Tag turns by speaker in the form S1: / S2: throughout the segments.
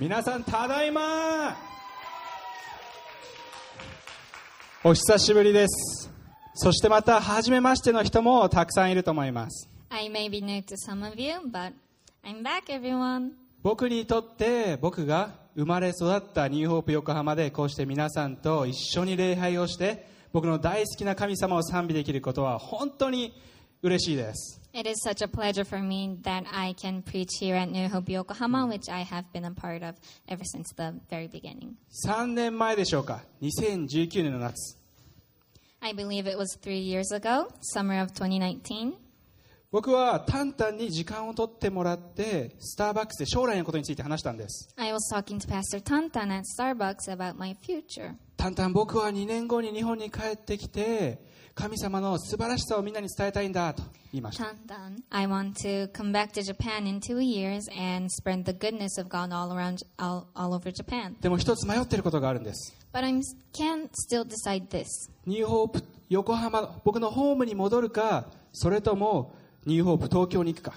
S1: 皆さんただいまお久しぶりですそしてまた初めましての人もたくさんいると思います
S2: I may be new to some of you, but I'm back, everyone.
S1: 僕にとって僕が生まれ育ったニューホープ横浜でこうして皆さんと一緒に礼拝をして僕の大好きな神様を賛美できることは本当に嬉しいです
S2: It is such a pleasure for me that I can preach here at New Hope Yokohama, which I have been a part of ever since the very beginning.
S1: 3年前でしょうか2019年の夏
S2: I believe it was three years ago, summer of 2019.
S1: 僕はタンタンに時間を取ってもらってスターバックスで将来のことについて話したんです
S2: I was talking to Pastor Tantan at Starbucks about my future.
S1: タンタン僕は2年後に日本に帰ってきて神様の素晴らしさをみんなに伝えたいんだと言いました
S2: Tantan, I want to come back to Japan in two years and spread the goodness of God all around, all, all over Japan.
S1: でも一つ迷っていることがあるんです
S2: But I can still decide this.
S1: ニューホープ横浜僕のホームに戻るかそれともニューホープ東京に行くか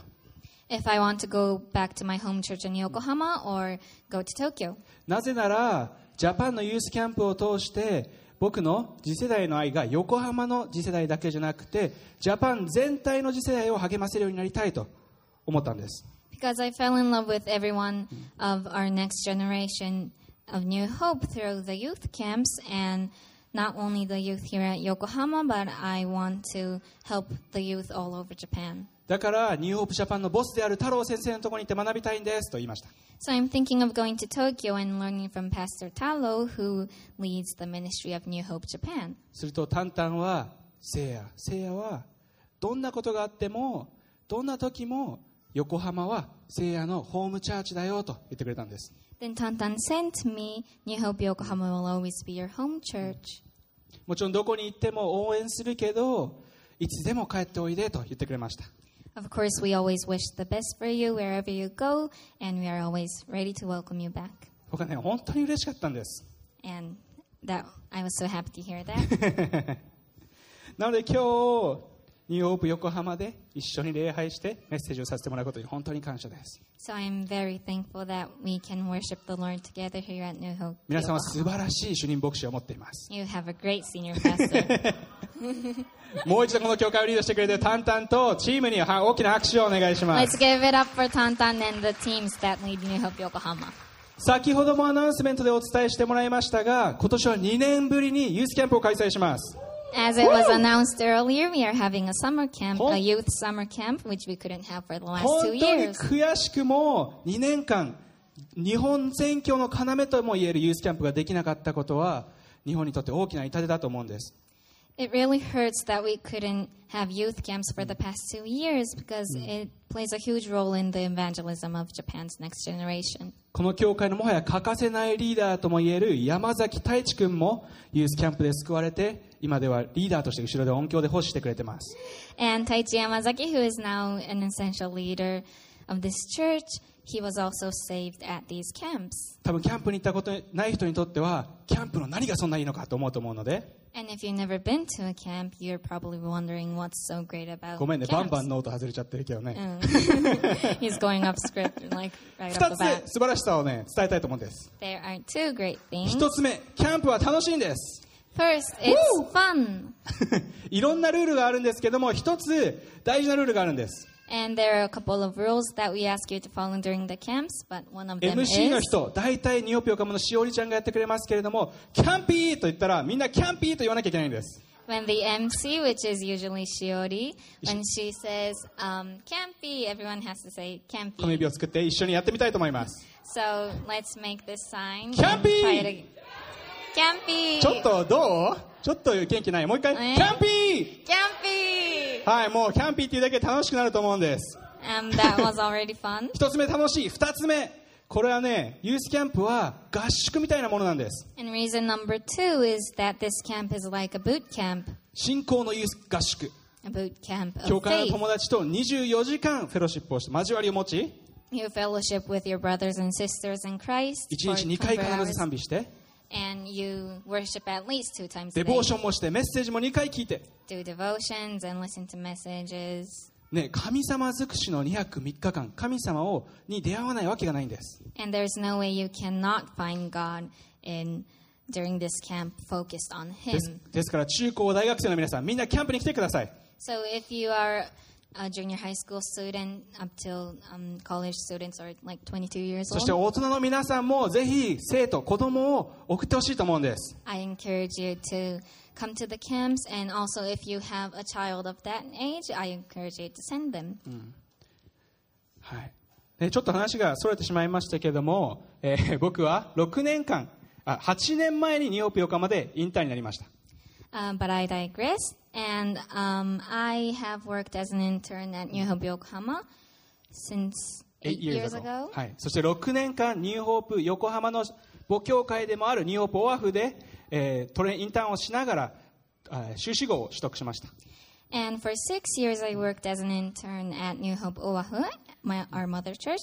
S2: If I want to go back to my home church in Yokohama or go to Tokyo.
S1: なぜならジャパンのユースキャンプを通して僕の次世代の愛が横浜の次世代だけじゃなくてジャパン全体の次世代を励ませるようになりたいと思ったんです
S2: Because I fell in love with everyone of our next generation of New Hope through the youth camps and not only the youth here at Yokohama, but I want to help the youth all over Japan.
S1: だからニューホープジャパンのボスである太郎先生のところに行って学びたいんですと言いました
S2: So I'm thinking of going to Tokyo and learning from Pastor Talo, who leads the ministry of New Hope Japan.
S1: するとタンタンは「せいやせいやはどんなことがあってもどんな時も横浜はせいやのホームチャーチだよ」と言ってくれたんです
S2: Then Tantan sent me, New Hope Yokohama will always be your home church.
S1: もちろんどこに行っても応援するけどいつでも帰っておいでと言ってくれました
S2: Of course, we always wish the best for you wherever you go, and we are always ready to welcome you back.
S1: 僕はね本当に嬉しかったんです
S2: And that I was so happy to hear that.
S1: なので今日ニューオープン横浜で一緒に礼拝してメッセージをさせてもらうことに本当に感謝です
S2: so I'm very thankful that we can worship the Lord together here at New Hope.
S1: 皆さんは
S2: Yokohama.
S1: 素晴らしい主任牧師を持っています
S2: You have a great senior pastor.
S1: もう一度この教会をリードしてくれてるタンタンとチームには大きな拍手をお願いします
S2: Let's give it up for Tantan and the teams that lead New Hope Yokohama.
S1: 先ほどもアナウンスメントでお伝えしてもらいましたが今年は2年ぶりにユースキャンプを開催します
S2: As it was announced earlier, we are having a summer camp,
S1: Hon-
S2: a youth summer camp, which we couldn't have for the last
S1: 本当
S2: two
S1: に
S2: years.
S1: 悔しくも2年間日本全教の要ともいえるユースキャンプができなかったことは日本にとって大きな痛手だと思うんです
S2: It really hurts that we couldn't have youth camps for the past two years because it plays a huge role in the evangelism of Japan's next generation.
S1: この教会のもはや欠かせないリーダーともいえる山崎太一君もユースキャンプで救われて今ではリーダーとして後ろで音響で奉仕してくれてます
S2: And Taichi Yamazaki, who is now an essential leader of this church, he was also saved at these camps.
S1: 多分キャンプに行ったことない人にとってはキャンプの何がそんないいのかと思うと思うので
S2: And if you've never been to a camp, you're probably wondering what's so great about
S1: ごめんねバンバン
S2: camps.
S1: ノート外れちゃってるけどね、
S2: He's going off script, like right
S1: 2
S2: off the
S1: つ目
S2: bat.
S1: 素晴らしさをね伝えたいと思うんです、
S2: There are two great things.
S1: 1つ目キャンプは楽しいんです
S2: First, it's fun.
S1: いろんなルールがあるんですけども1つ大事なルールがあるんです
S2: And there are a couple of rules that we ask you to follow during the camps, but one of them
S1: MC の
S2: is
S1: 人大体ニオピオカムのしおりちゃんがやってくれますけれどもキャンピーと言ったらみんなキャンピーと言わなきゃいけないんです
S2: when the MC, which is usually Shiori, when she says um, campy, everyone has to say
S1: この
S2: campy.
S1: 指を作って一緒にやってみたいと思います
S2: So let's make this sign.
S1: Campy!
S2: And try to... Campy!
S1: ちょっとどうちょっと元気ないもう一回
S2: え
S1: キャンピ
S2: Campy!
S1: ーはいもうキャンピーっていうだけで楽しくなると思うんです
S2: Um, that was already fun.
S1: 一つ目楽しい二つ目これはねユースキャンプは合宿みたいなものなんです
S2: And reason number two is that this camp is like a boot camp.
S1: 信仰のユース合宿
S2: A boot camp
S1: 教
S2: of
S1: 会の
S2: faith.
S1: 友達と24時間フェロシップをして交わりを持ち
S2: You fellowship with your brothers and sisters in Christ
S1: 1
S2: for
S1: 日2回
S2: 24
S1: 必ず
S2: hours,
S1: 賛美して
S2: and you worship at least two times
S1: デ
S2: a
S1: ボ
S2: day.
S1: ーションもしてメッセージも2回聞いて
S2: Do devotions and listen to messages.
S1: ね、神様尽くしの203日間、神様をに出会わないわけがないんです。
S2: And there's no way you cannot find God in during this camp focused on
S1: で
S2: Him.
S1: すですから、中高大学生の皆さん、みんなキャンプに来てください。
S2: So if you are a junior high school student up till um, college students are like 22 years
S1: そして
S2: old,
S1: 大人の皆さんもぜひ生徒、子供を送ってほしいと思うんです。
S2: I encourage you to come to the camps. And also, if you have a child of that age, I encourage you to send them.
S1: はいね、ちょっと話が逸れてしまいましたけれども、えー 僕は6年間あ、8年前にニューヨーク横浜でインターンになりました。
S2: Uh, but I digress. And um, I have worked as an intern at New Hope Yokohama since eight, years ago.
S1: はい、そして6年間ニューホープ横浜の母教会でもあるニューホープオアフで、えートレインターンをしながらあー修士号を取得しました
S2: And for six years, I worked as an intern at New Hope Oahu, my, our mother church,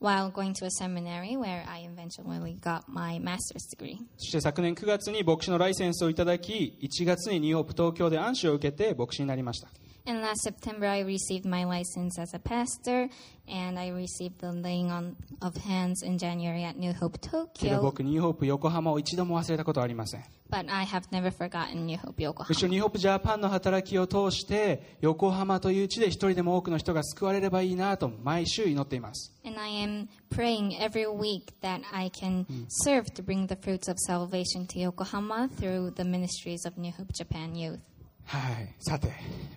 S2: while going to a seminary where I eventually got my master's degree.
S1: そして昨年9月に牧師のライセンスをいただき1月にニューホープ東京で安守を受けて牧師になりました
S2: And last September, I received my license as a pastor, and I received the laying on of hands in January at New Hope
S1: けど
S2: Tokyo.
S1: 僕ニューホープ横浜を一度も忘れたことはありません
S2: But I have never forgotten New Hope
S1: そして
S2: Yokohama.
S1: ニューホープジャパンの働きを通して横浜という地で一人でも多くの人が救われればいいなと毎週祈っています
S2: And I am praying every week that I can serve to bring the fruits of salvation to Yokohama through the ministries of New Hope Japan Youth.
S1: はいさて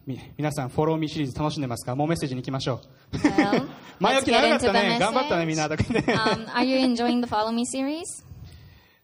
S1: み皆さんフォローミーシリーズ楽しんでますかもうメッセージに行きましょう
S2: Well,
S1: 前
S2: let's
S1: 置き長
S2: get
S1: か
S2: into
S1: っ
S2: the
S1: たね頑張ったねみん
S2: message.
S1: なとかね
S2: um, are you enjoying the Follow Me series?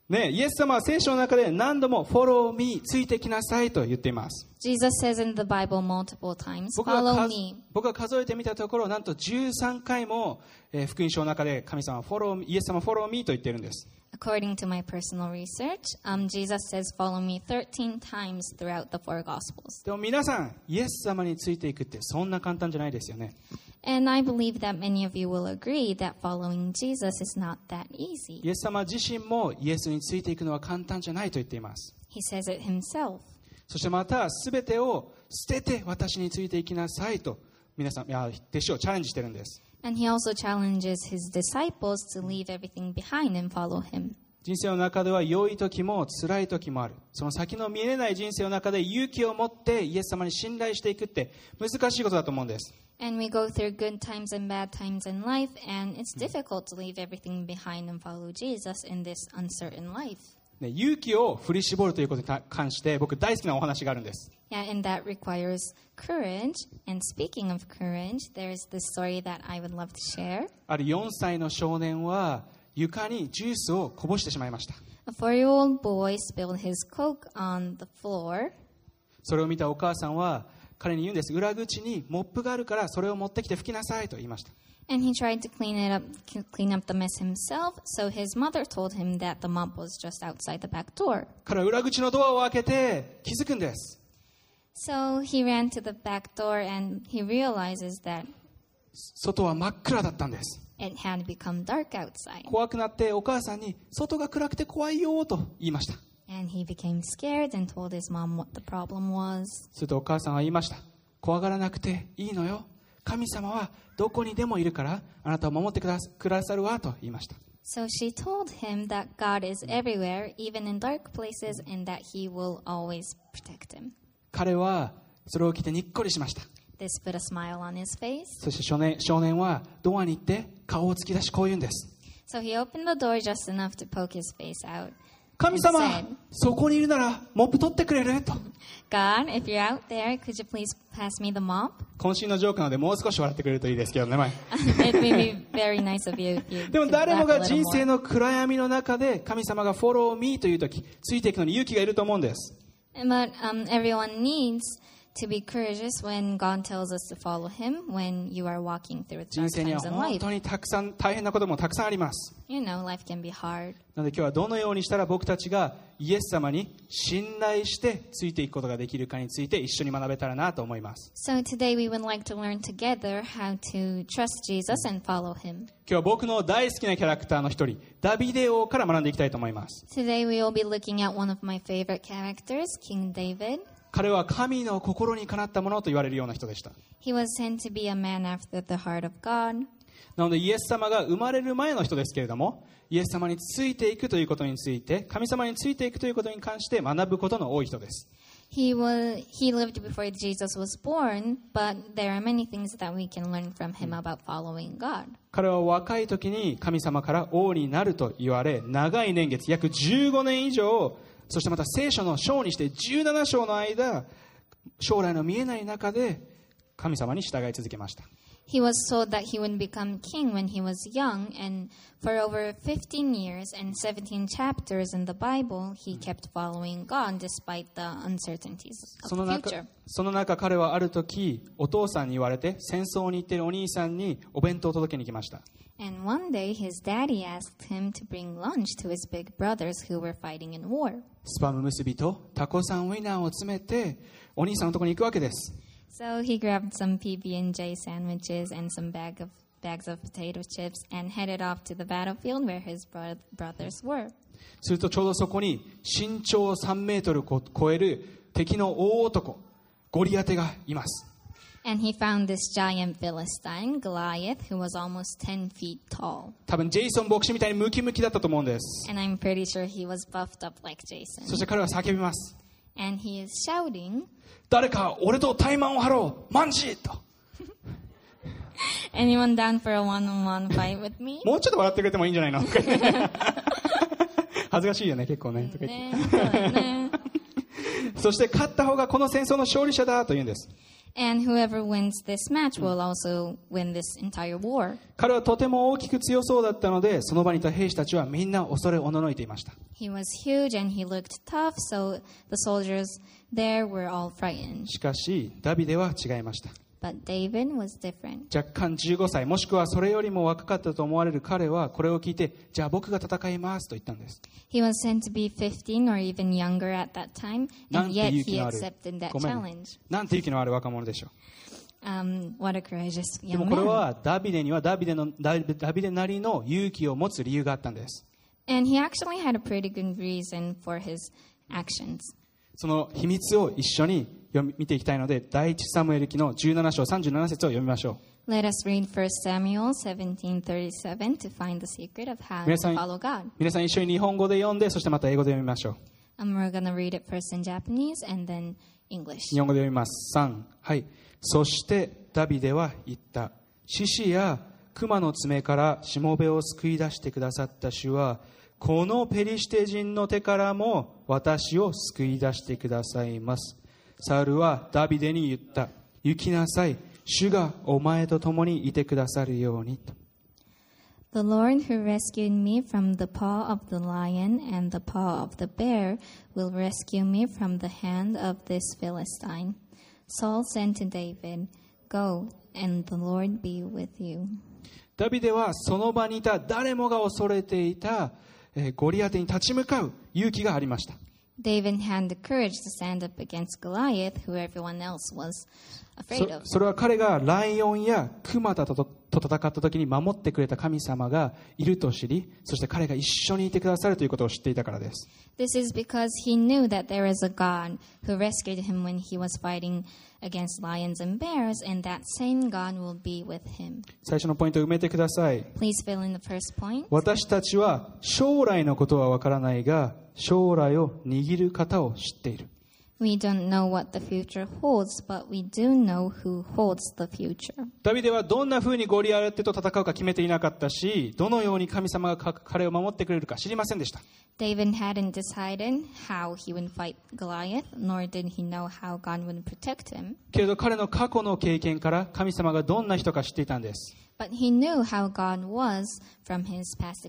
S1: ねイエス様は聖書の中で何度もフォローミーついてきなさいと言っています
S2: Jesus says in the Bible multiple times,
S1: 僕が
S2: Follow
S1: 数
S2: me.
S1: 僕が数えてみたところなんと13回も、えー福音書の中で神様はフォローミーイエス様はフォローミーと言ってるんです
S2: According to my personal research, um, Jesus says, Follow me 13 times throughout the four Gospels.
S1: でも皆さんイエス様についていくってそんな簡単じゃないですよね
S2: And I believe that many of you will agree that following Jesus is not that easy.
S1: イエス様自身もイエスについていくのは簡単じゃないと言っています
S2: He says it himself.
S1: そしてまた全てを捨てて私についていきなさいと皆さんいや弟子をチャレンジしてるんです
S2: And he also challenges his disciples to leave everything behind and follow him.
S1: 人生の中では良い時も辛い時もあるその先の見えない人生の中で勇気を持ってイエス様に信頼していくって難しいことだと思うんです
S2: And we go through good times and bad times in life, and it's difficult to leave everything behind and follow Jesus in this uncertain life.
S1: ね勇気を振り絞るということにた関して僕大好きなお話があるんです
S2: Yeah, and that requires courage. And speaking of courage, there's this story that I would love to share.
S1: ある4歳の少年は床にジュースをこぼしてしまいました
S2: A four year old boy spilled his Coke on the floor,
S1: それを見たお母さんは彼に言うんです裏口にモップがあるからそれを持ってきて拭きなさいと言いました
S2: and he tried to clean it up, c- clean up the mess himself. So his mother told him that the mop was just outside the back door.
S1: 彼は裏口のドアを開けて気づくんです
S2: So he ran to the back door, and he realizes that
S1: 外は真っ暗だったんです
S2: it had become dark outside.
S1: 怖くなってお母さんに外が暗くて怖いよと言いました
S2: And he became scared and told his mom what the problem was.
S1: するとお母さんは言いました怖がらなくていいのよ神様はどこにでもいるからあなたを守ってくださくださるわと言いました
S2: So she told him that God is everywhere, even in dark places, and that he will always protect him.
S1: 彼はそれを聞いてにっこりしました
S2: This put a smile on his face.
S1: そして少年少年はドアに行って顔を突き出しこう言うんです
S2: So he opened the door just enough to poke his face out.
S1: 神様そこにいるならモップ取ってくれると
S2: God, if you're out there, could you please pass me the mop?
S1: 渾身のジョークなのでもう少し笑ってくれるといいですけどね前
S2: it would be very nice of you if you.
S1: でも
S2: could laugh
S1: 誰も
S2: a
S1: が
S2: little
S1: 人
S2: more.
S1: 生の暗闇の中で神様がフォローミーという時ついていくのに勇気がいると思うんです
S2: But um, everyone needs to be courageous when God tells us to follow Him when you are walking through
S1: 人
S2: dark
S1: 生には
S2: times in
S1: 本
S2: life.
S1: 当にたくさん大変なこともたくさんあります
S2: You know, life can be hard.
S1: なので今日はどのようにしたら僕たちがイエス様に信頼してついていくことができるかについて一緒に学べたらなと思います
S2: So today we would like to learn together how to trust Jesus and follow Him.
S1: 今日は僕の大好きなキャラクターの一人ダビデオから学んでいきたいと思います
S2: Today we will be looking at one of my favorite characters, King David.
S1: 彼は神の心にかなったものと言われるような人でした
S2: He was sent to be a man after the heart of God.
S1: なのでイエス様が生まれる前の人ですけれどもイエス様についていくということについて神様についていくということに関して学ぶことの多い人です
S2: He was he lived before Jesus was born, but there are many things that we can learn from him about following God.
S1: 彼は若い時に神様から王になると言われ長い年月約15年以上そしてまた聖書の章にして17章の間将来の見えない中で神様に従い続けました
S2: He was told that he would become king when he was young, and for over 15 years and 17 chapters in the Bible, he kept following God despite the uncertainties
S1: そ
S2: of
S1: の
S2: the
S1: 中
S2: future.
S1: その中彼はある時お父さんに言われて戦争に行っているお兄さんにお弁当を届けに来ました
S2: And one day, his daddy asked him to bring lunch to his big brothers who were fighting in war.
S1: スパム結びとタコさんウィナーを詰めてお兄さんのところに行くわけです
S2: So he grabbed some PB&J sandwiches and some bag of bags of potato chips and headed off to the battlefield where his bro- brothers were.
S1: するとちょうどそこに身長3メートルを超える敵の大男ゴリアテがいます
S2: And he found this giant Philistine, Goliath, who was almost 10 feet tall.
S1: 多分ジェイソン牧師みたいにムキムキだったと思うんです
S2: And I'm pretty sure he was buffed up like
S1: そ
S2: Jason.
S1: して彼は叫びます
S2: And he is shouting,
S1: 誰か俺と対マンを張ろうマンジーと
S2: Anyone down for a one on one fight with me?
S1: もうちょっと笑ってくれてもいいんじゃないのとか言って恥ずかしいよね結構ねとか言って
S2: Nah, nah, nah.
S1: そして勝った方がこの戦争の勝利者だと言うんです
S2: and whoever wins this match will also win this entire war.
S1: 彼はとても大きく強そうだったのでその場にいた兵士たちはみんな恐れおののいていました
S2: He was huge and he looked tough, so the soldiers there were all frightened.
S1: しかしダビデは違いました
S2: But David was different.
S1: 若干15歳もしくはそれよりも若かったと思われる彼はこれを聞いてじゃあ僕が戦いますと言ったんです
S2: He was said to be 15 or even younger at that time,
S1: なん
S2: and
S1: て
S2: yet
S1: 勇気
S2: he
S1: のある
S2: accepted that
S1: ごめん
S2: challenge.
S1: なんて勇気のある若者でしょう
S2: Um, what a courageous
S1: でも
S2: young
S1: これ
S2: man.
S1: はダビデにはダビデのダビダビデなりの勇気を持つ理由があったんです
S2: And he actually had a pretty good reason for his actions.
S1: その秘密を一緒に読み見ていきたいので第一サムエル記の17章37節を読みましょう
S2: Let us read 1 Samuel 17:37 to find the secret of how
S1: 皆
S2: to
S1: さん
S2: follow God.
S1: 皆さん一緒に日本語で読んでそしてまた英語で読みましょう
S2: And we're going to read it first in Japanese and then English.
S1: 日本語で読みます3はいそしてダビデは言った獅子や熊の爪からしもべを救い出してくださった主はこのペリシテ人の手からも私を救い出してくださいますサウルはダビデに言った行きなさい主がお前と共にいてくださるようにと
S2: The Lord who rescued me from the paw of the lion and the paw of the bear will rescue me from the hand of this Philistine. Saul said to David, Go, and the Lord be with you.
S1: ダビデはその場にいた誰もが恐れていたえーゴリアテに立ち向かう勇気がありました
S2: David had the courage to stand up against Goliath, who everyone else was
S1: そ
S2: afraid of.
S1: それは彼がライオンやクマだととと戦った時に守ってくれた神様がいると知りそして彼が一緒にいてくださるということを知っていたからです
S2: This is because he knew that there is a God who rescued him when he was fighting against lions and bears, and that same God will be with him.
S1: 最初のポイントを埋めてください
S2: Please fill in the first point.
S1: 私たちは将来のことはわからないが将来を握る方を知っている
S2: We don't know what the future holds, but we do know who holds the future.
S1: ダビデはどんな風にゴリアテと戦うか決めていなかったしどのように神様がか彼を守ってくれるか知りませんでした
S2: David hadn't decided how he would fight Goliath, nor did he know how God would protect him.
S1: けれど彼の過去の経験から神様がどんな人か知っていたんです
S2: But he knew how God was from his past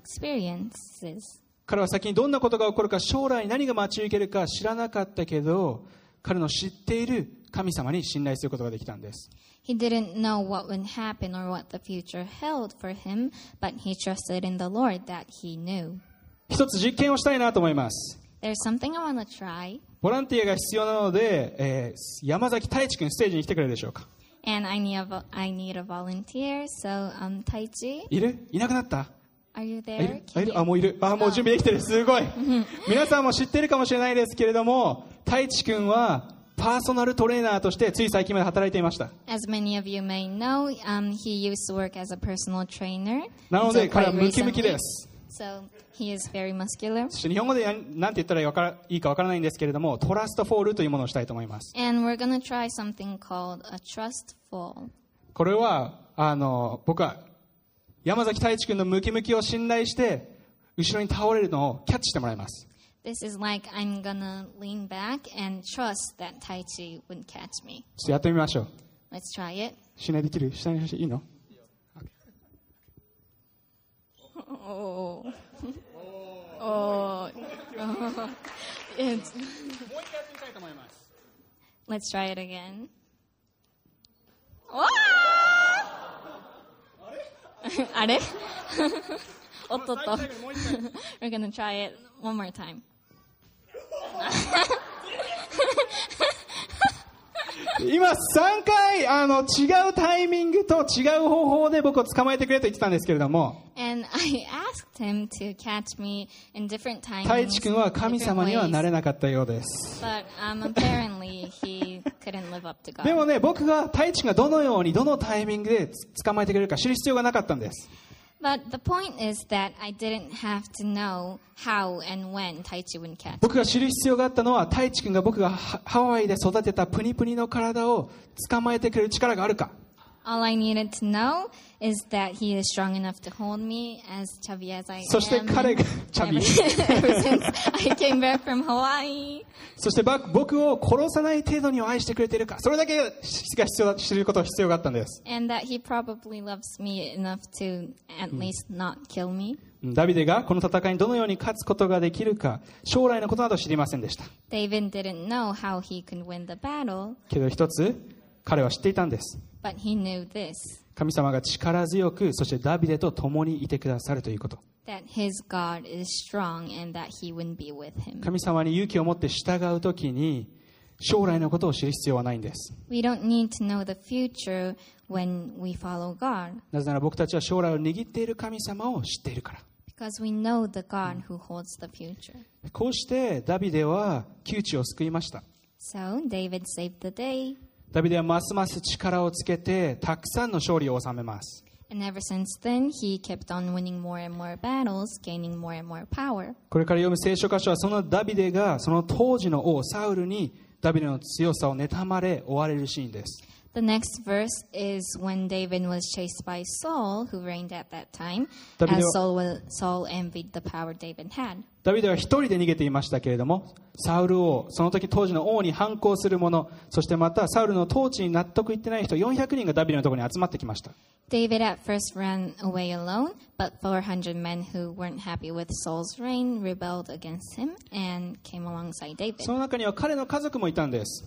S2: experiences.
S1: 彼は先にどんなことが起こるか将来何が待ち受けるか知らなかったけど彼の知っている神様に信頼することができたんです
S2: He didn't know what would happen or what the future held for him, but he trusted in the Lord that he knew.
S1: 一つ実験をしたいなと思います
S2: There's something I want to try,
S1: ボランティアが必要なので、えー山崎太一君ステージに来てくれるでしょうか
S2: and I need a, vo- I need a volunteer. So, um, Taiji,
S1: いるいなくなった
S2: are you
S1: あい
S2: there?
S1: るあ
S2: Can
S1: い
S2: you- Ah,
S1: るあもういるあもう準備できてるすごい皆さんも知ってるかもしれないですけれども太一君はパーソナルトレーナーとしてつい最近まで働いていました。
S2: As many of you may know, um, he used to work as a personal trainer.
S1: なので
S2: until quite
S1: 彼はムキムキ
S2: recently.
S1: です。
S2: So he is very muscular.
S1: そして日本語でなんなんて言ったらいいわからいいかわからないんですけれども、トラストフォールというものをしたいと思います。
S2: And we're going to try something called a trust fall.
S1: これは、あの、僕は山崎太一君のムキムキを信頼して、後ろに倒れるのをキャッチしてもらいます。
S2: This is like I'm going to lean back and trust that Tai Chi would catch me.
S1: ちょっとやってみましょう。
S2: Let's try it.
S1: 信頼できる下にいいの
S2: Oh. oh. It's-
S1: もう一回やってみたいと思います。
S2: Let's try it again. Are? おっとっと。We're gonna try it one more time.
S1: 今3回、あの、違うタイミングと違う方法で僕を捕まえてくれと言ってたんですけれども、
S2: And I asked him to catch me in different times.
S1: 太一君は神様にはなれなかったようです。
S2: But um, apparently he couldn't live up to
S1: で
S2: God.
S1: もね、僕が太一君がどのように、どのタイミングで捕まえてくれるか知る必要がなかったんです。
S2: But the point is that I didn't have to know how and when Taichi would catch.
S1: 僕が知る必要があったのは太一君が僕がハハワイで育てたプニプニの体を捕まえてくれる力があるか
S2: All I needed to know is that he is strong enough to hold me as chubby as I
S1: そして
S2: am.
S1: 彼が
S2: and
S1: チャビ。
S2: ever since I came back from Hawaii.
S1: そしてば僕を殺さない程度に愛してくれているかそれだけが必要だ知ることが必要があったんです
S2: And that he probably loves me enough to at least not kill me.
S1: うんダビデがこの戦いにどのように勝つことができるか将来のことなど知りませんでした
S2: David didn't know how he could win the battle,
S1: けど一つ彼は知っていたんです
S2: but he knew this
S1: 神様が力強くそしてダビデと共にいてくださるということ
S2: that his God is strong and that he would be with him.
S1: 神様に勇気を持って従うときに将来のことを知る必要はないんです
S2: We don't need to know the future when we follow God
S1: なぜなら僕たちは将来を握っている神様を知っているから
S2: because we know the God who holds the future.
S1: こうしてダビデは窮地を救いました
S2: So David saved the day,
S1: ダビデはますます力をつけてたくさんの勝利を収めます
S2: and ever since then, he kept on winning more and more battles, gaining more and more power.
S1: これから読む聖書箇所はそのダビデがその当時の王サウルにダビデの強さを妬まれ追われるシーンです
S2: The next verse is when David was chased by Saul, who reigned at that time,
S1: David-
S2: as Saul, wa- Saul envied the power David had.
S1: ダビデは一人で逃げていましたけれどもサウル王その時当時の王に反抗する者そしてまたサウルの統治に納得いってない人400人がダビデのところに集まってきました
S2: David at first ran away alone, but 400 men who weren't happy with Saul's reign rebelled against him and came alongside David.
S1: その中には彼の家族もいたんです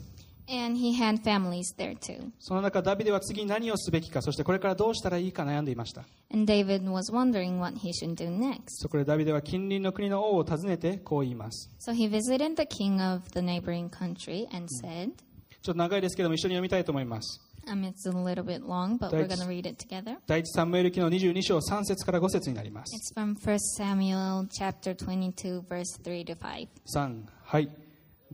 S2: and he had families there too.
S1: その中ダビデは次に何をすべきかそしてこれからどうしたらいいか悩んでいました
S2: And David was wondering what he should do next.
S1: そこでダビデは近隣の国の王を訪ねてこう言います
S2: So he visited the king of the neighboring country and said,
S1: ちょっと長いですけども一緒に読みたいと思います。
S2: um, it's a little bit long, but we're
S1: Thanks.
S2: going to read it together.
S1: 第一サムエル記の22章3節から5節になります。
S2: It's from 1 Samuel chapter 22, verse 3 to 5.
S1: 3、はい。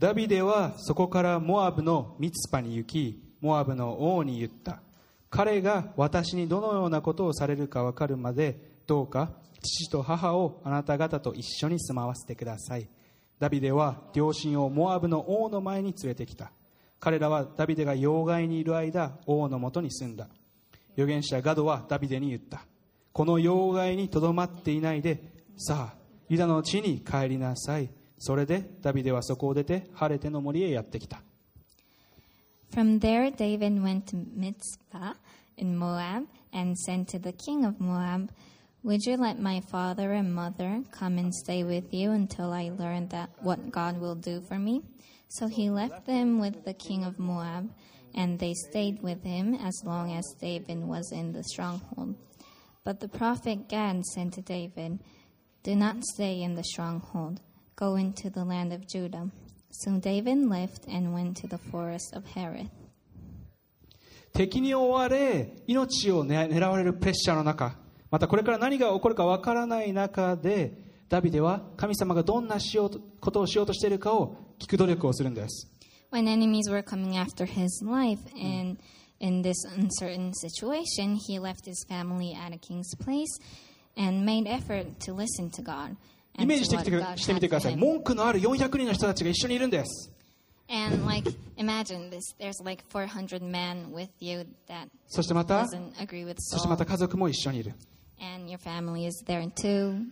S1: ダビデはそこからモアブのミツパに行き、モアブの王に言った。彼が私にどのようなことをされるかわかるまで、どうか父と母をあなた方と一緒に住まわせてください。ダビデは両親をモアブの王の前に連れてきた。彼らはダビデが要害にいる間、王のもとに住んだ。預言者ガドはダビデに言ったこの要害にとどまっていないでさあユダの地に帰りなさいそれでダビデはそこを出て晴れての森へやってきた
S2: From there, David went to Mitzpah in Moab and said to the king of Moab, Would you let my father and mother come and stay with you until I learn that what God will do for me? So he left them with the king of Moab, and they stayed with him as long as David was in the stronghold. But the prophet Gad said to David, Do not stay in the stronghold. Go into the land of Judah. So David left and went to the forest of Hereth.
S1: 敵に追われ命をね狙われるプレッシャーの中またこれから何が起こるかわからない中でダビデは神様がどんなしようとことをしようとしているかを聞く努力をするんです
S2: when enemies were coming after his life and in this uncertain situation he left his family at a king's place and made effort to listen to god
S1: イ
S2: and
S1: メージして
S2: to
S1: き
S2: what
S1: て
S2: God
S1: してみてく
S2: had
S1: だ
S2: for
S1: さい
S2: him.
S1: 文句のある400人の人たちが一緒にいるんです
S2: and like imagine this there's like 400 men with you that
S1: そしてまた
S2: doesn't agree with
S1: そしてま
S2: Saul
S1: た家族も一緒にいる
S2: and your family is there too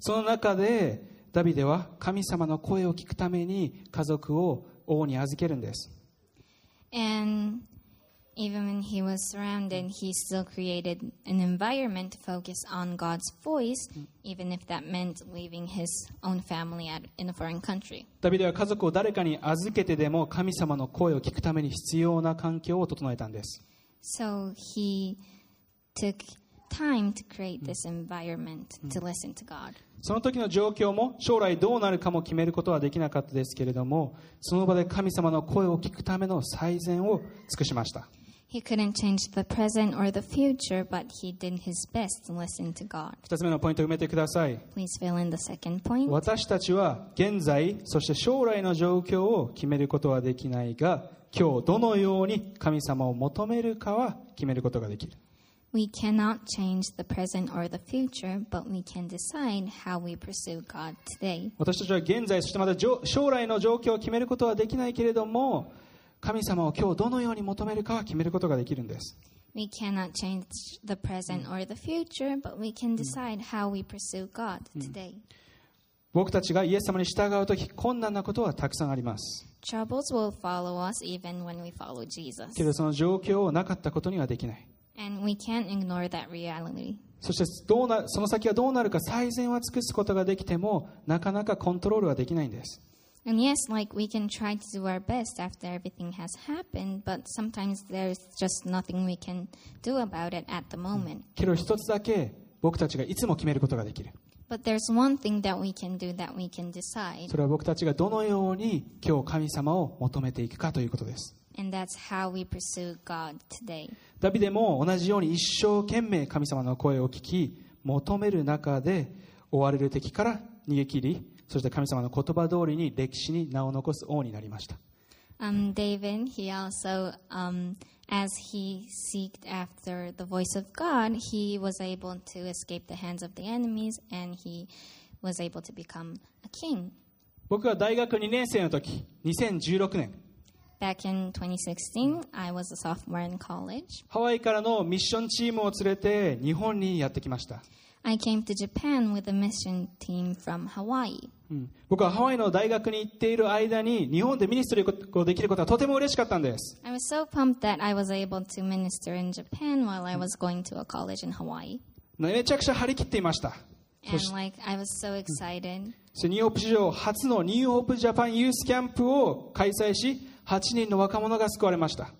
S1: その中でダビデは神様の声を聞くために家族を王に預けるんです
S2: And even when he was surrounded, he still created an environment to focus on God's voice, even if that meant leaving his own family at, in a foreign country.
S1: ダビデは家族を誰かに預けてでも神様の声を聞くために必要な環境を整えたんです
S2: So he took time to create this environment to listen to God.
S1: その時の状況も将来どうなるかも決めることはできなかったですけれどもその場で神様の声を聞くための最善を尽くしました
S2: He couldn't change the present or the future, but he did his best to listen to God.
S1: 2つ目のポイントを埋めてください
S2: Please fill in the second point.
S1: 私たちは現在そして将来の状況を決めることはできないが今日どのように神様を求めるかは決めることができる
S2: We cannot change the present or the future, but we can decide how we pursue God today. 私
S1: 私たちは現在そしてまたじょ将来の状況を決めることはできないけれども神様を今日どのように求めるかは決めることができるんです
S2: We cannot change the present or the future, but we can decide how we pursue God today.
S1: 僕たちがイエス様に従う時困難なことはたくさんあります
S2: Troubles will follow us even when we follow Jesus.
S1: けれどその状況をなかったことにはできない
S2: And we can't ignore that reality.
S1: そしてどうなその先はどうなるか最善は尽くすことができてもなかなかコントロールはできないんです
S2: And yes, like we can try to do our best after everything has happened, but sometimes there's just nothing we can do about it at the moment.
S1: けど一つだけ僕たちがいつも決めることができる
S2: But there's one thing that we can do that we can decide.
S1: それは僕たちがどのように今日神様を求めていくかということです
S2: And that's how we pursue God today.
S1: ダビデも同じように一生懸命神様の声を聞き求める中で追われる敵から逃げ切りそして神様の言葉通りに歴史に名を残す王になりました
S2: Um, David, he also, um, as he seeked after the voice of God, he was able to escape the hands of the enemies and he was able to become a king.
S1: 僕は大学2年生の時2016年
S2: Back in 2016, I was a sophomore in college.
S1: ハワイからのミッションチームを連れて日本にやってきました、
S2: I came to Japan with a mission team from Hawaii.
S1: うん僕はハワイの大学に行っている間に日本でミニストリーをできることはとても嬉しかったんです
S2: I was so pumped that I was able to minister in Japan while I was going to a college in Hawaii.
S1: めちゃくちゃ張り切っていました
S2: And like I was so excited.
S1: そしてニューホープ史上初のニューホープジャパンユースキャンプを開催し8人の若者が救われました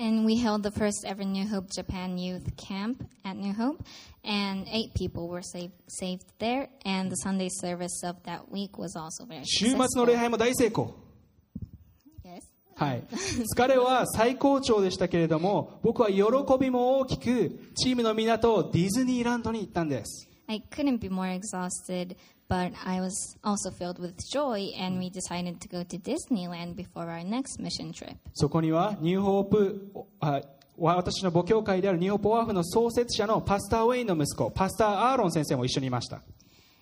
S2: And we held the first ever New Hope Japan Youth Camp at New Hope, and eight people were saved, saved there. And the Sunday service of that week was also very
S1: 週末の礼
S2: successful.
S1: 拝も大成功
S2: Yes.
S1: はい、疲れは最高潮でしたけれども僕は喜びも大きくチームの港ディズニーランドに行ったんです
S2: I couldn't be more exhausted, but I was also filled with joy, and we decided to go to Disneyland before our next mission trip.
S1: そこにはニューホープあわ私の母教会であるニューホープオアフの創設者のパスター・ウェインの息子パスター・アーロン先生も一緒にいました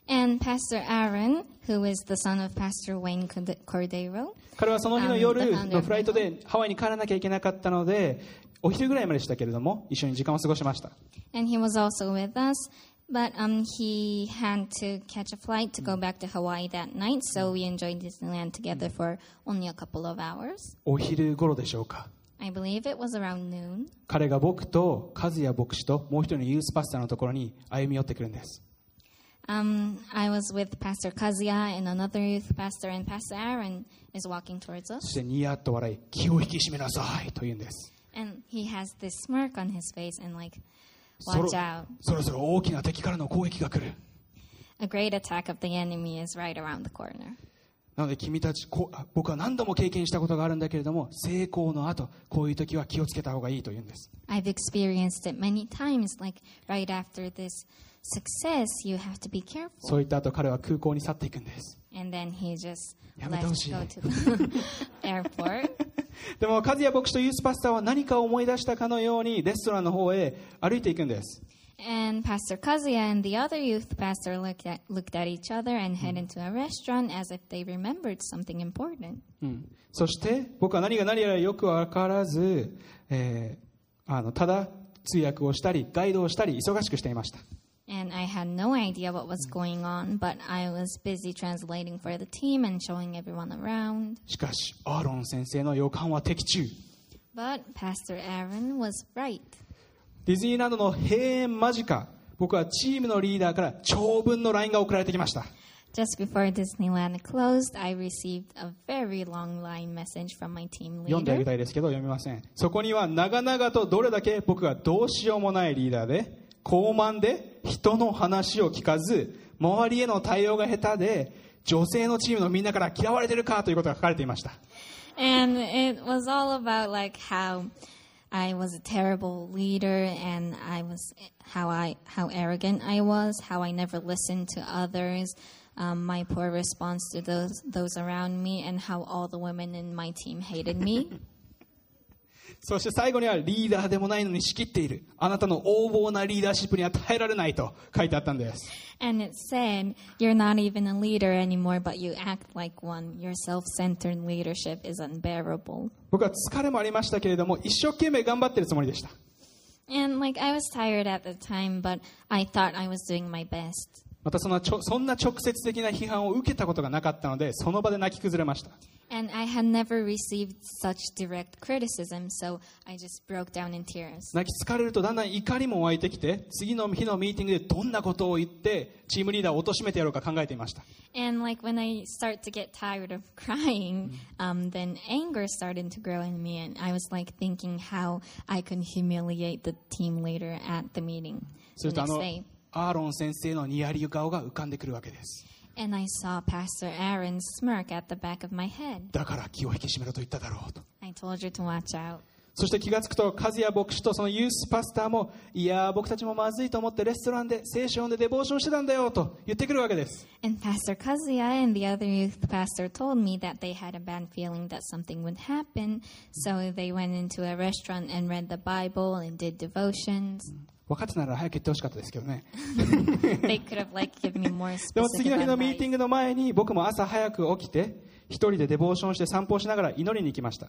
S2: And Pastor Aaron, who is the son of Pastor Wayne Cord- Cordero,
S1: 彼はその日の
S2: あ
S1: 夜
S2: の
S1: のフライトでハワイに帰らなきゃいけなかったのでお昼ぐらいまでしたけれども一緒に時間を過ごしました
S2: and he was also with us. But um, he had to catch a flight to go back to Hawaii that night, so we enjoyed Disneyland together for only a couple of hours.
S1: お昼頃でしょうか
S2: I believe it was around noon.
S1: 彼が僕と和也牧師ともう一人のユースパスターのところに歩み寄ってくるんです
S2: Um, I was with Pastor Kazuya and another youth pastor, and Pastor Aaron is walking towards
S1: そ
S2: us.
S1: してニヤッと笑い気を引き締めなさいと言うんです
S2: And he has this smirk on his face and, like,
S1: そろ
S2: watch out.
S1: そろそろ大きな敵からの攻撃が来る
S2: A great attack of the enemy is right around the corner.
S1: なので君たちこうあ僕は何度も経験したことがあるんだけれども成功の後こういう時は気をつけた方がいいと言うんです
S2: I've experienced it many times, like right after this success, you have to be careful.
S1: そう言った後彼は空港に去っていくんです
S2: And then he just
S1: Yeah, but don't
S2: left to
S1: she-
S2: go to the airport.
S1: でもカズヤ牧師とユースパスターは何かを思い出したかのようにレストランの方へ歩いていくんです
S2: And Pastor Kazuya and the other youth pastor looked at, looked at each other and
S1: Mm.
S2: headed into a restaurant as if they remembered something important.
S1: うん、そして僕は何が何やらよく分からず、えーあのただ通訳をしたりガイドをしたり忙しくしていました
S2: And I had no idea what
S1: Mm.
S2: was going on, but I was busy translating for the team and showing everyone around.
S1: しかしアーロン先生の予感は的中
S2: But Pastor Aaron was right.
S1: ディズニーランドの閉園間近僕はチームのリーダーから長文の LINE が送られてきました
S2: Just before Disneyland closed, I received a very long line message from my team
S1: 読んであげ
S2: leader.
S1: たいですけど読みませんそこには長々とどれだけ僕がどうしようもないリーダーで傲慢で人の話を聞かず周りへの対応が下手で女性のチームのみんなから嫌われてるかということが書かれていました
S2: And it was all about like how I was a terrible leader and I was how I how arrogant I was, how I never listened to others, um, my poor response to those those around me, and how all the women in my team hated me.
S1: そして最後にはリーダーでもないのに仕切っているあなたの横暴なリーダーシップには耐えられないと書いてあったんです
S2: And it said, You're not even a leader anymore, but you act like one. Your self centered leadership is unbearable.
S1: 僕は疲れもありましたけれども一生懸命頑張ってるつもりでした
S2: And like, I was tired at the time, but I thought I was doing my best.
S1: またそのちょそんな直接的な批判を受けたことがなかったのでその場で泣き崩れました
S2: And I had never received such direct criticism, so I just broke down in tears.
S1: 泣き疲れるとだんだん怒りも湧いてきて次の日のミーティングでどんなことを言ってチームリーダーを貶めてやろうか考えていました
S2: And like, when I start to get tired of crying, um, then anger started to grow in me, and I was like thinking how I could humiliate the team leader at the meeting
S1: す
S2: the
S1: るとあ
S2: next
S1: の
S2: day.
S1: アーロン先生のニヤリ顔が浮かんでくるわけです
S2: And I saw Pastor Aaron smirk at the back of my head.
S1: だから気を引き締めろと言っただろうと
S2: I told you to watch out.
S1: そして気がつくと和也牧師とそのユースパスターもいやー僕たちもまずいと思ってレストランで聖書を読んでデボーションしてたんだよと言ってくるわけです
S2: And Pastor Kazuya and the other youth pastor told me that they had a bad feeling that something would happen, so they went into a restaurant and read the Bible and did devotions.
S1: 分かってたなら早く言ってほしかったですけどね
S2: they could have like given me more
S1: でも次
S2: specific
S1: の日のミーティン
S2: advice.
S1: グの前に僕も朝早く起きて一人でデボーションして散歩をしながら祈りに行きました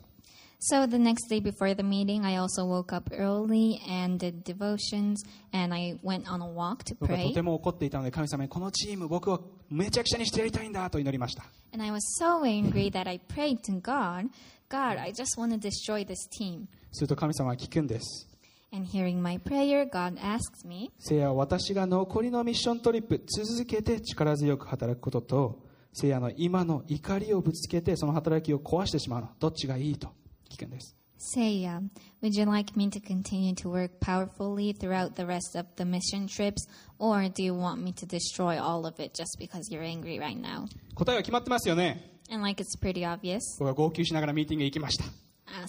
S2: So the next day before the meeting, I also woke up early and did devotions, and I went on a walk to
S1: 僕はと
S2: pray.
S1: ても怒っていたので神様にこのチーム僕はめちゃくちゃにしてやりたいんだと祈りました
S2: And I was so angry that I prayed to God, God, I just want to destroy this team.
S1: すると神様は聞くんです
S2: And hearing my prayer, God asked me,
S1: 聖夜は私が残りのミッショントリップ続けて力強く働くことと聖夜の今の怒りをぶつけてその働きを壊してしまうのどっちがいいと聞くんです
S2: Seiya, um, would you like me to continue to work powerfully throughout the rest of the mission trips, or do you want me to destroy all of it just because you're angry right now?
S1: 答えは決まってますよね
S2: And like it's pretty obvious,
S1: 僕は号泣しながらミーティングへ行きました
S2: uh,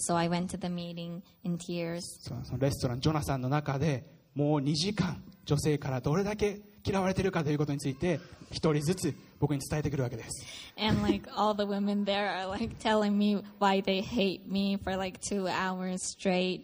S2: so I went to the meeting in tears.
S1: そのそのレストランジョナサンの中でもう2時間女性からどれだけ嫌われてるかということについて一人ずつ僕に伝えてくるわけです
S2: And like all the women there are like telling me why they hate me for like two hours straight.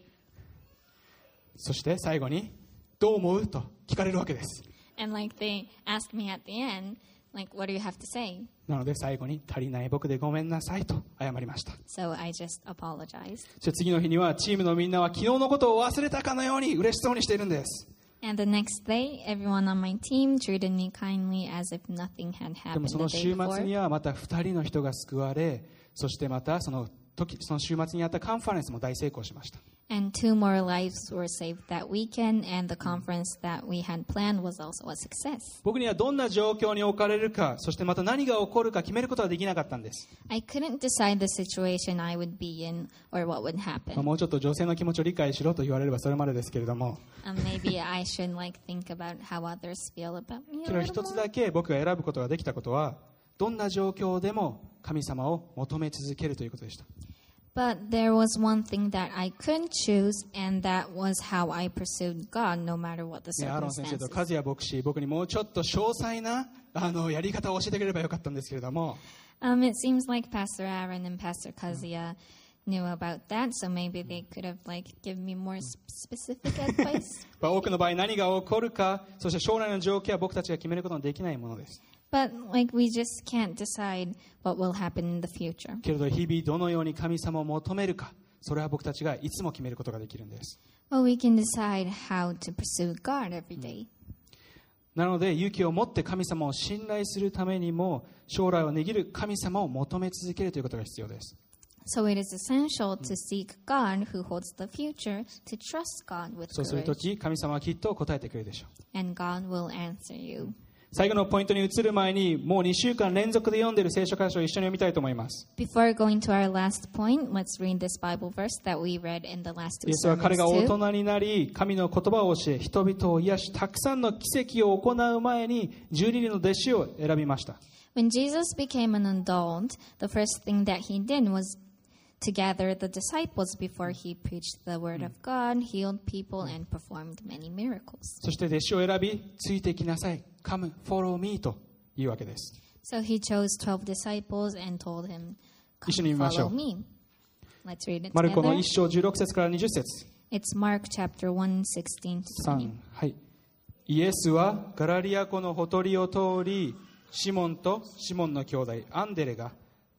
S1: そして最後に「どう思う?」と聞かれるわけです
S2: And like they asked me at the end, like, what do you have to say?
S1: なので最後に「足りない僕でごめんなさい」と謝りました
S2: So I just apologized.
S1: そして次の日にはチームのみんなは昨日のことを忘れたかのように嬉しそうにしているんです
S2: And the next day, everyone on my team treated me kindly as if nothing had
S1: でも
S2: happened
S1: そ
S2: the
S1: の
S2: day
S1: 週末に
S2: before.
S1: はまた2人の人が救われそしてまたその時その週末にあったカンファレンスも大成功しました
S2: And two more lives were saved that weekend, and the conference that we had planned was also a success.
S1: 僕にはどんな状況に置かれるかそしてまた何が起こるか決めることはできなかったんです、
S2: I couldn't decide the situation I would be in or what would
S1: まあ
S2: happen.
S1: もうちょっと女性の気持ちを理解しろと言われればそれまでですけれども
S2: Um, maybe I should like think about how others feel about me.
S1: け
S2: A
S1: ど
S2: little
S1: 一つ
S2: more.
S1: だけ僕が選ぶことができたことはどんな状況でも神様を求め続けるということでした
S2: But there was one thing that I couldn't choose, and that was how I pursued God, no matter what the
S1: ね、アーロン先生
S2: circumstances.
S1: と和也牧師、僕にもうちょっと詳細なあのやり方を教えてくれればよかったんですけれども、
S2: Um, it seems like Pastor Aaron and Pastor Kazia knew about that, so maybe they could have like given me more sp- specific advice.
S1: まあ多くの場合何が起こるか、そして将来の状況は僕たちが決めることのできないものです。
S2: But like we just can't decide what will happen in the future.
S1: けれど日々どのように神様を求めるか、それは僕たちがいつも決めることができるんです。
S2: Well, we can decide how to pursue God every day.
S1: なので勇気を持って神様を信頼するためにも将来を握る神様を求め続けるということが必要です
S2: So it is essential to seek God who holds the future, to trust God with
S1: そうする
S2: courage,
S1: とき神様はきっと答えてくれるでしょう
S2: and God will answer you.
S1: 最後のポイントに移る前にもう2週間連続で読んでいる聖書箇所を一緒に読みたいと思います
S2: Before going to our last point, let's read this Bible verse that we read in the last
S1: イ
S2: two
S1: エスは彼
S2: sermons
S1: が大
S2: too.
S1: 人になり神の言葉を教え人々を癒したくさんの奇跡を行う前に12人の弟子を選びました
S2: When Jesus became an adult, the first thing that he did was to gather the disciples before he preached the word of God, healed people, and performed many miracles.
S1: そして弟子を選びついてきなさい Come follow me というわけです
S2: So he chose 12 disciples and told him, Come
S1: 一緒に見ましょう。
S2: follow me. Let's read it
S1: マルコの
S2: together.
S1: 1章16節から20節
S2: It's Mark chapter 1, 16 to 20.
S1: 3はい、イエスはガラリア湖のほとりを通りシモンとシモンの兄弟アンデレが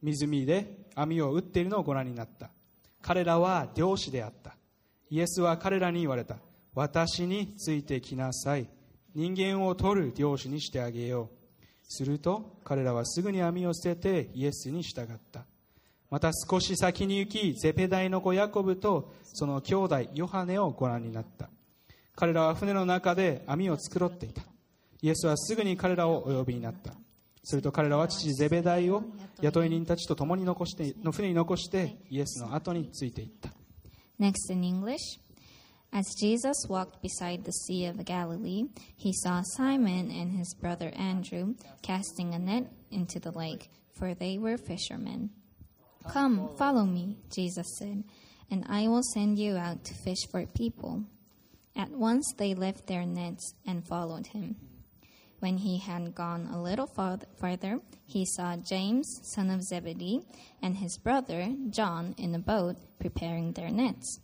S1: 湖で網を打っているのをご覧になった彼らは漁師であったイエスは彼らに言われた私についてきなさい人間を取る漁師にしてあげようすると彼らはすぐに網を捨ててイエスに従ったまた少し先に行きゼペダイの子ヤコブとその兄弟ヨハネをご覧になった彼らは船の中で網を繕っていたイエスはすぐに彼らをお呼びになったすると彼らは父ゼベダイを雇い人たちと共に残しての船に残してイエスの後についていった
S2: Next in English. As Jesus walked beside the Sea of Galilee, he saw Simon and his brother Andrew casting a net into the lake, for they were fishermen. Come, follow me, Jesus said, and I will send you out to fish for people. At once they left their nets and followed him. When he had gone a little farth- farther, he saw James, son of Zebedee, and his brother John in a boat preparing their nets.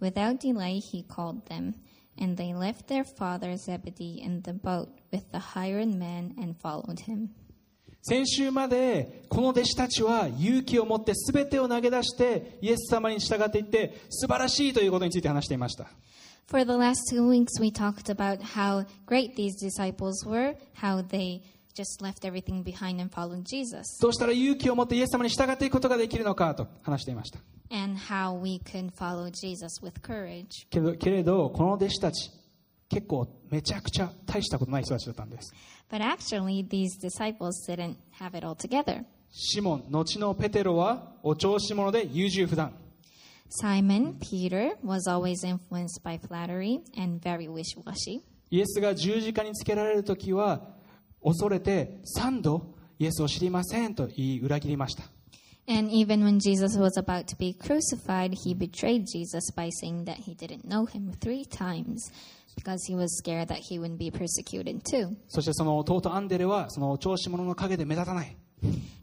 S2: Without delay, he called them, and they left their father Zebedee in the boat with the hired man and followed him.
S1: 先週までこの弟子たちは勇気を持って全てを投げ出してイエス様に従っていって素晴らしいということについて話していました
S2: For the last two weeks, we talked about how great these disciples were, how they just left everything behind and followed Jesus,
S1: どうしたら勇気を持ってイエス様に従っていくことができるのかと話していました
S2: and how we can follow Jesus with courage.
S1: けどけれどこの弟子たち結構めちゃくちゃ大したことない人たちだったんです
S2: But actually, these disciples didn't have it all together.
S1: シモン後のペテロはお調子者で優柔不断
S2: Simon, Peter, was always influenced by flattery and very wish washy.
S1: イエスが十字架につけられる時は恐れて3度イエスを知りませんと言い裏切りました
S2: And even when Jesus was about to be crucified, he betrayed Jesus by saying that he didn't know him three times because he was scared that he wouldn't be persecuted too.
S1: そしてその弟アンデレはそのお調子者の陰で目立たない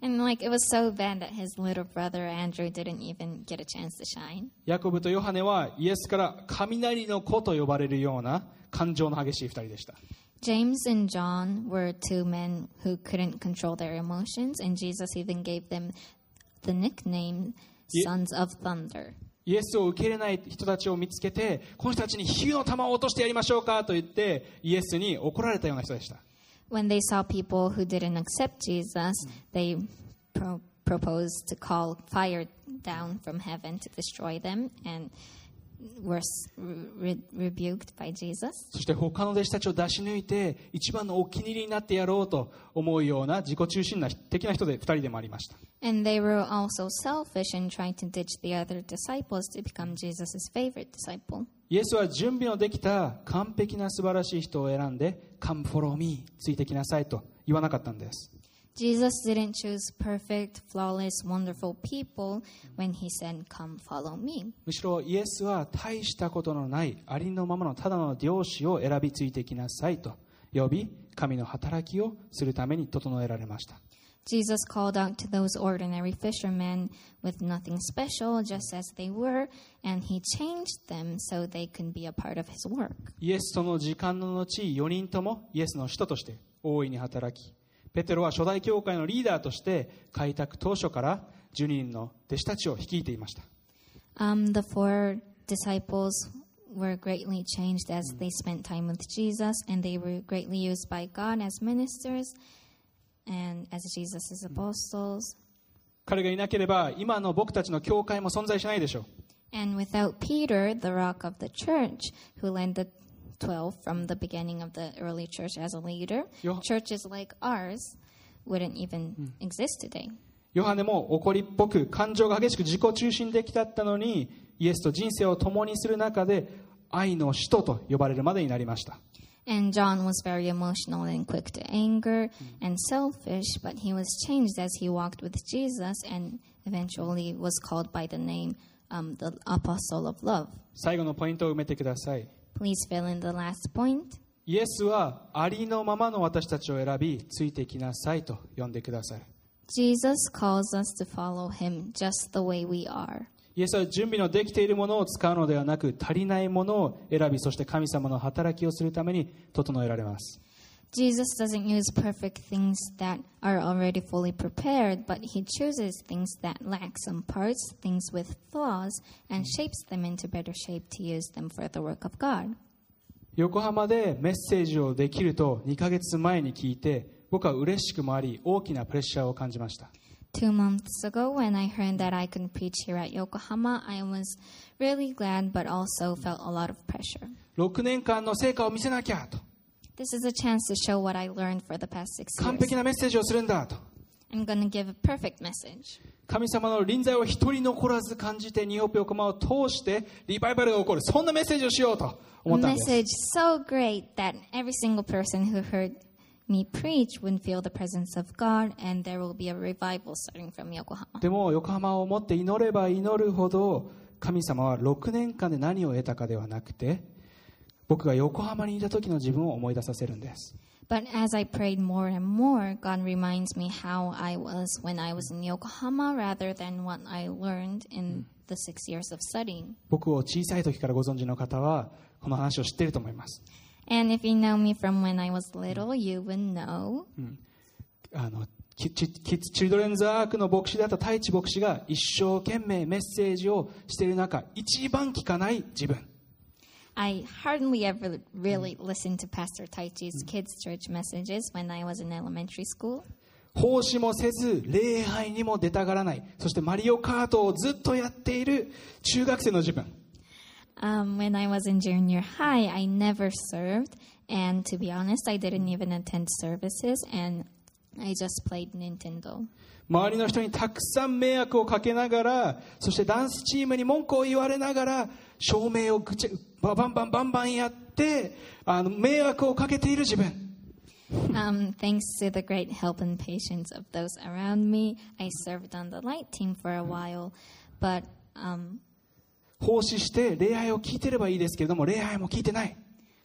S2: And like it was so bad that his little brother Andrew didn't even get a chance to shine.
S1: ヤコブとヨハネはイエスから雷の子と呼ばれるような感情の激しい2人でした
S2: James and John were two men who couldn't control their emotions, and Jesus even gave them the nickname
S1: Ye-
S2: Sons of Thunder.
S1: イエスを受け入れない人たちを見つけてこの人たちに火の玉を落としてやりましょうかと言ってイエスに怒られたような人でした
S2: When they saw people who didn't accept Jesus, they pro- proposed to call fire down from heaven to destroy them and were s- re- rebuked by Jesus.
S1: そして他の弟子たちを出し抜いて一番のお気に入りになってやろうと思うような自己中心な的な人で2人でもありました
S2: And they were also selfish and tried to ditch the other disciples to become Jesus' favorite disciple.
S1: イエスは準備のできた完璧な素晴らしい人を選んで「Come follow me」ついてきなさいと言わなかったんです
S2: Jesus didn't choose perfect, flawless, wonderful people when he said, Come follow me.
S1: むしろイエスは大したことのないありのままのただの漁師を選びついてきなさいと呼び神の働きをするために整えられました
S2: Jesus called out to those ordinary fishermen with nothing special, just as they were, and he changed them so they could be a part of his work.
S1: イエスとの時間の後4人ともイエスの使徒として大いに働きペテロは初代教会のリーダーとして開拓当初から12人の弟子たちを率いていました
S2: Um, the four disciples were greatly changed as they spent time with Jesus, and they were greatly used by God as ministers and as Jesus' apostles.
S1: 彼がいなければ今の僕たちの教会も存在しないでしょう
S2: And without Peter, the rock of the church, who led the 12 from the beginning of the early church as a leader,
S1: Yo-
S2: churches like ours wouldn't even exist today.
S1: ヨハネも怒りっぽく感情が激しく自己中心的だったのにイエスと人生を共にする中で愛の使徒と呼ばれるまでになりました
S2: And John was very emotional and quick to anger and selfish, but he was changed as he walked with Jesus and eventually was called by the name um, the Apostle of Love.
S1: 最後のポイントを埋めてください
S2: Please fill in the last point.
S1: イエスはありのままの私たちを選びついてきなさいと呼んでください
S2: Jesus calls us to follow him just the way we are.
S1: イエスは準備のできているものを使うのではなく足りないものを選びそして神様の働きをするために整えられます
S2: Jesus doesn't use perfect things that are already fully prepared, but he chooses things that lack some parts, things with flaws, and shapes them into better shape to use them for the work of God.
S1: 横浜でメッセージをできると2ヶ月前に聞いて僕は嬉しくもあり大きなプレッシャーを感じました
S2: Two months ago, when I heard that I could preach here at Yokohama, I was really glad but also felt a lot of pressure.
S1: 6年間の成果を見せなきゃと
S2: This is a chance to show what I learned for the past six
S1: 完
S2: years.
S1: 璧なメッセージをするんだと
S2: I'm going to give a perfect message.
S1: 神様の臨在を一人残らず感じてニューホープ横浜を通してリバイバルが起こるそんなメッセージをしようと
S2: A
S1: 思ったんです
S2: message so great that every single person who heard me preach would feel the presence of God, and there will be a revival starting from Yokohama.
S1: でも横浜を持って祈れば祈るほど神様は6年間で何を得たかではなくて僕が横浜にいた時の自分を思い出させるんです
S2: But as I prayed more and more, God reminds me how I was when I was in Yokohama rather than what I learned in the six years of studying.
S1: 僕を小さい時からご存知の方はこの話を知っていると思います
S2: And if you know me from when I was little, you would know
S1: あのキキキッズ・チルドレンズ・アークの牧師であった太一牧師が一生懸命メッセージをしている中一番聞かない自分
S2: I hardly ever really listened to Pastor Taichi's kids' church messages when I was in elementary school.
S1: 奉仕もせず礼拝にも出たがらないそしてマリオカートをずっとやっている中学生の自分
S2: Um, when I was in junior high, I never served, and to be honest, I didn't even attend services, and I just played Nintendo.
S1: 周りの人にたくさん迷惑をかけながらそしてダンスチームに文句を言われながら照明をぐちゃババンバンバンバンやってあの迷惑をかけている自分
S2: Um, thanks to the great help and patience of those around me, I served on the light team for a while, but um,
S1: 奉仕して礼拝を聞いてればいいですけれども礼拝も聞いてない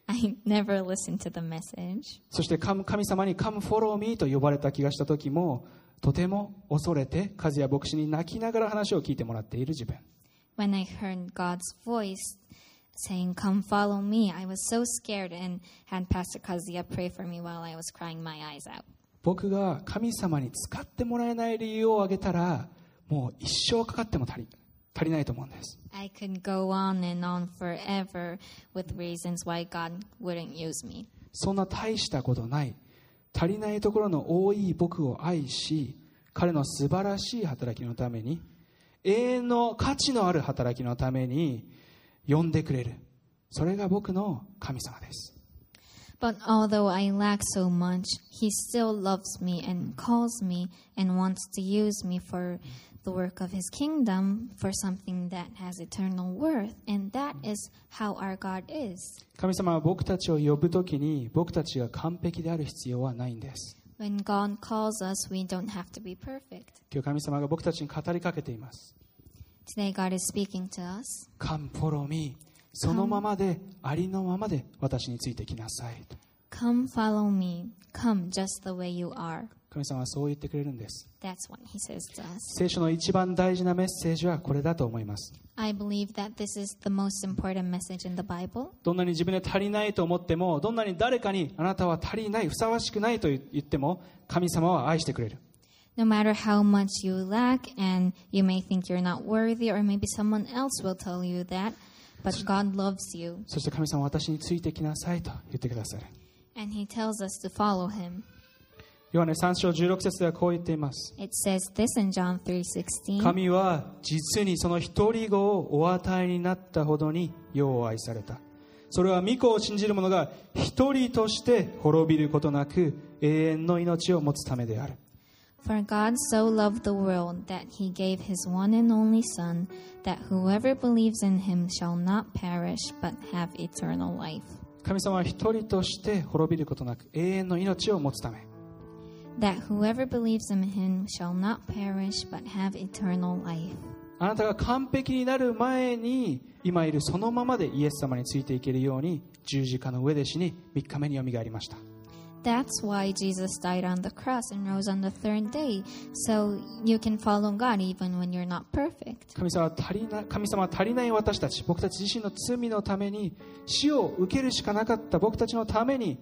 S2: I never listened to the message.
S1: そして神神様に「Come follow me」と呼ばれた気がした時もとても恐れて和也牧師に泣きながら話を聞いてもらっている自分
S2: When I heard God's voice saying, Come follow me, I was so scared and had Pastor Kazuya pray for me while I was crying my eyes out.
S1: 僕が神様に使ってもらえない理由を挙げたらもう一生かかっても足り足りないと思うんです
S2: I could go on and on forever with reasons why God wouldn't use me.
S1: そんな大したことない足りないところの多い僕を愛し彼の素晴らしい働きのために永遠の価値のある働きのために呼んでくれるそれが僕の神様です
S2: But although I lack so much, He still loves me and calls me and wants to use me for the work of His kingdom, for something that has eternal worth. And that is how our God is.
S1: 神様は僕たちを呼ぶときに僕たちが完璧である必要はないんです
S2: When God calls us, we don't have to be perfect.
S1: 今日神様が僕たちに語りかけています
S2: Today, God is speaking to us.
S1: 「カンフォロミー」そのままでありのままで私についてきなさいと
S2: Come, follow me. Come just the way you are.
S1: 神様はそう言ってくれるんです
S2: That's what He says to us.
S1: 聖書の一番大事なメッセージはこれだと思います
S2: I believe that this is the most important message in the Bible.
S1: どんなに自分で足りないと思ってもどんなに誰かにあなたは足りないふさわしくないと言っても神様は愛してくれる
S2: No matter how much you lack, and you may think you're not worthy, or maybe someone else will tell you that, but God loves you,
S1: そして神様は私についてきなさいと言ってくださる
S2: and He tells us to follow Him.
S1: ヨハネ3章16節ではこう言っています
S2: It says this in John 3:16.
S1: 神は実にその一人子をお与えになったほどに世を愛されたそれは御子を信じる者が一人として滅びることなく永遠の命を持つためである
S2: For God so loved the world that he gave his one and only Son, that whoever believes in him shall not perish but have eternal life.
S1: 神様は一人として滅びることなく永遠の命を持つため
S2: That whoever believes in him shall not perish but have eternal life.
S1: あなたが完璧になる前に今いるそのままでイエス様についていけるように十字架の上で死に3日目によみがえりました
S2: That's why Jesus died on the cross and rose on the third day, so you can follow God even when you're not perfect.
S1: 神様は足りない神様は足りない私たち僕たち自身の罪のために死を受けるしかなかった僕たちのために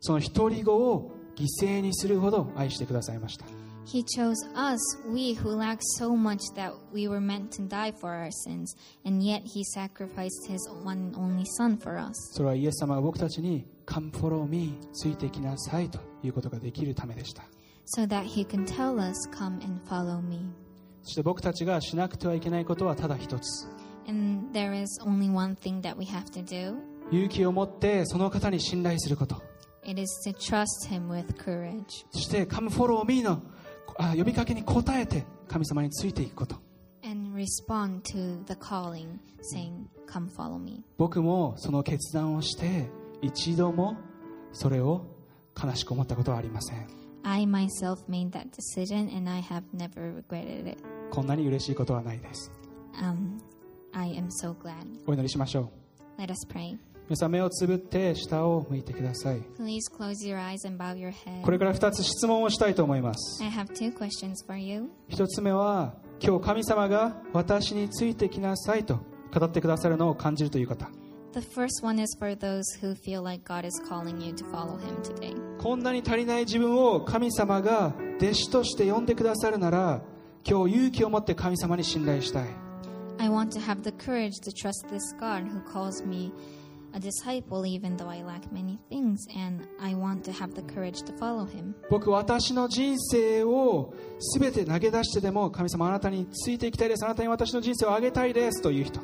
S1: その独り子を犠牲にするほど愛してくださいました
S2: He chose us, we who lacked so much that we were meant to die for our sins, and yet He sacrificed His one and only Son for us.
S1: それはイエス様が僕たちに「カンフォローミーついてきなさい」ということができるためでした
S2: so that he can tell us, Come and follow me.
S1: そして僕たちがしなくてはいけないことはただ一つ
S2: And there is only one thing that we have to do
S1: 勇気を持ってその方に信頼すること
S2: it is to trust him with courage
S1: そして「カムフォローミーのあ呼びかけに応えて神様についていくこと
S2: and respond to the calling, saying, Come follow me.
S1: 僕もその決断をして一度もそれを悲しく思ったことはありません
S2: I myself made that decision and I have never regretted it.
S1: こんなに嬉しいことはないです
S2: Um, I am so glad.
S1: お祈りしましょう
S2: Let us pray.
S1: 皆さん目をつぶって下を向いてください
S2: Please close your eyes and bow your head.
S1: これから2つ質問をしたいと思います
S2: I have two questions for you.
S1: 1つ目は今日神様が私についてきなさいと語ってくださるのを感じるという方
S2: The first one is for those who feel like God is calling you to follow him today.
S1: こんなに足りない自分を神様が弟子として呼んでくださるなら今日勇気を持って神様に信頼したい
S2: I want to have the courage to trust this God who calls me a disciple even though I lack many things, and I want to have the courage to follow him.
S1: 僕私の人生を全て投げ出してでも神様あなたについていきたいですあなたに私の人生をあげたいですという人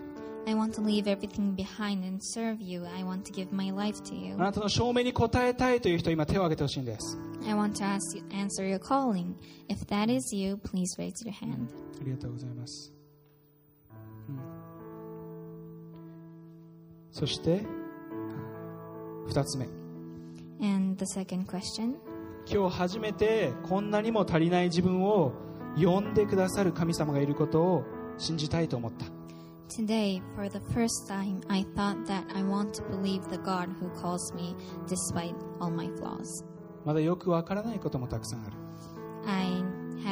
S2: I want to leave everything behind and serve you. I want to give my life to
S1: あ
S2: you.
S1: なたの証明に応えたいという人今手を挙げてほしいんです
S2: I want to ask you, answer your calling. If that is you, please raise your hand.
S1: ありがとうございます、うんそして2つ目
S2: And the second question
S1: 今日初めてこんなにも足りない自分を呼んでくださる神様がいることを信じたいと思った
S2: Today, for the first time, I thought that I want to believe the God who calls me despite all my flaws.
S1: まだよくわからないこともたくさんある
S2: I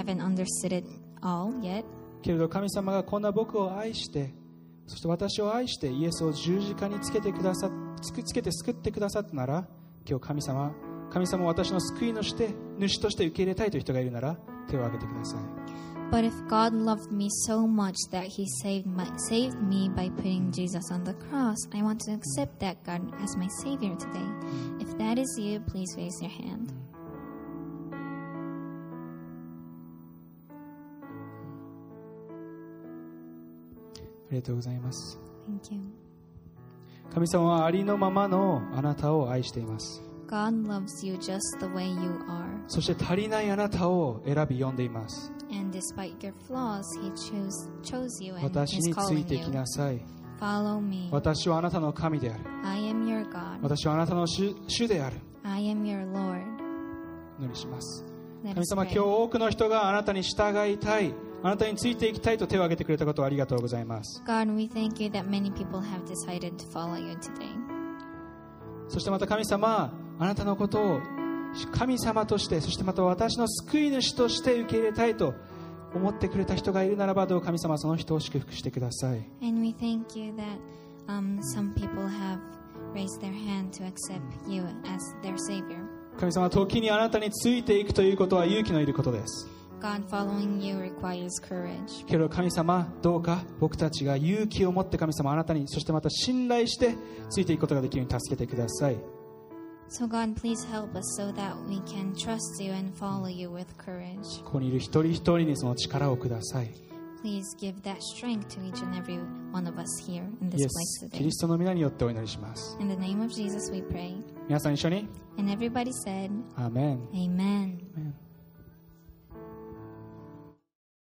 S2: haven't understood it all yet.
S1: けれど神様がこんな僕を愛してそして私を愛してイエスを十字架につけてくださつくつけて救ってくださったなら今日神様神様を私の救いのして主として受け入れたいという人がいるなら手を挙げてください
S2: But if God loved me so much that He saved my, saved me by putting Jesus on the cross, I want to accept that God as my Savior today. If that is you, please raise your hand.
S1: ありがとうございます
S2: Thank you.
S1: 神様はありのままのあなたを愛しています
S2: God loves you just the way you are,
S1: そして足りないあなたを選び呼んでいます
S2: and despite your flaws, He chose chose you and
S1: 私
S2: is
S1: につい
S2: calling
S1: てき
S2: you.
S1: なさい
S2: Follow me.
S1: 私はあなたの神である
S2: I am your God.
S1: 私はあなたの主主である
S2: I am your Lord.
S1: お祈りします
S2: Let
S1: 神
S2: us
S1: 様今
S2: pray.
S1: 日多くの人があなたに従いたいあなたについていきたいと手を挙げてくれたことをありがとうございます
S2: God, we thank you that many people have decided to follow you today.
S1: そしてまた神様あなたのことを神様としてそしてまた私の救い主として受け入れたいと思ってくれた人がいるならばどうか神様その人を祝福してください
S2: And we thank you that um, some people have raised their hand to accept you as their Savior.
S1: 神様時にあなたについていくということは勇気のいることです
S2: God, following you requires courage.
S1: けれど神様どうか僕たちが勇気を持って神様あなたにそしてまた信頼してついていくことができるように助けてください
S2: So, God, please help us so that we can trust you and follow you with courage.
S1: ここにいる一人一人にその力をください
S2: Please give that strength to each and every one of us here in
S1: イエ
S2: this place
S1: スキ
S2: today.
S1: リストの皆によってお祈りします
S2: In the name of Jesus, we pray.
S1: 皆さん一緒に
S2: And everybody said,
S1: アーメン
S2: Amen.
S1: アーメン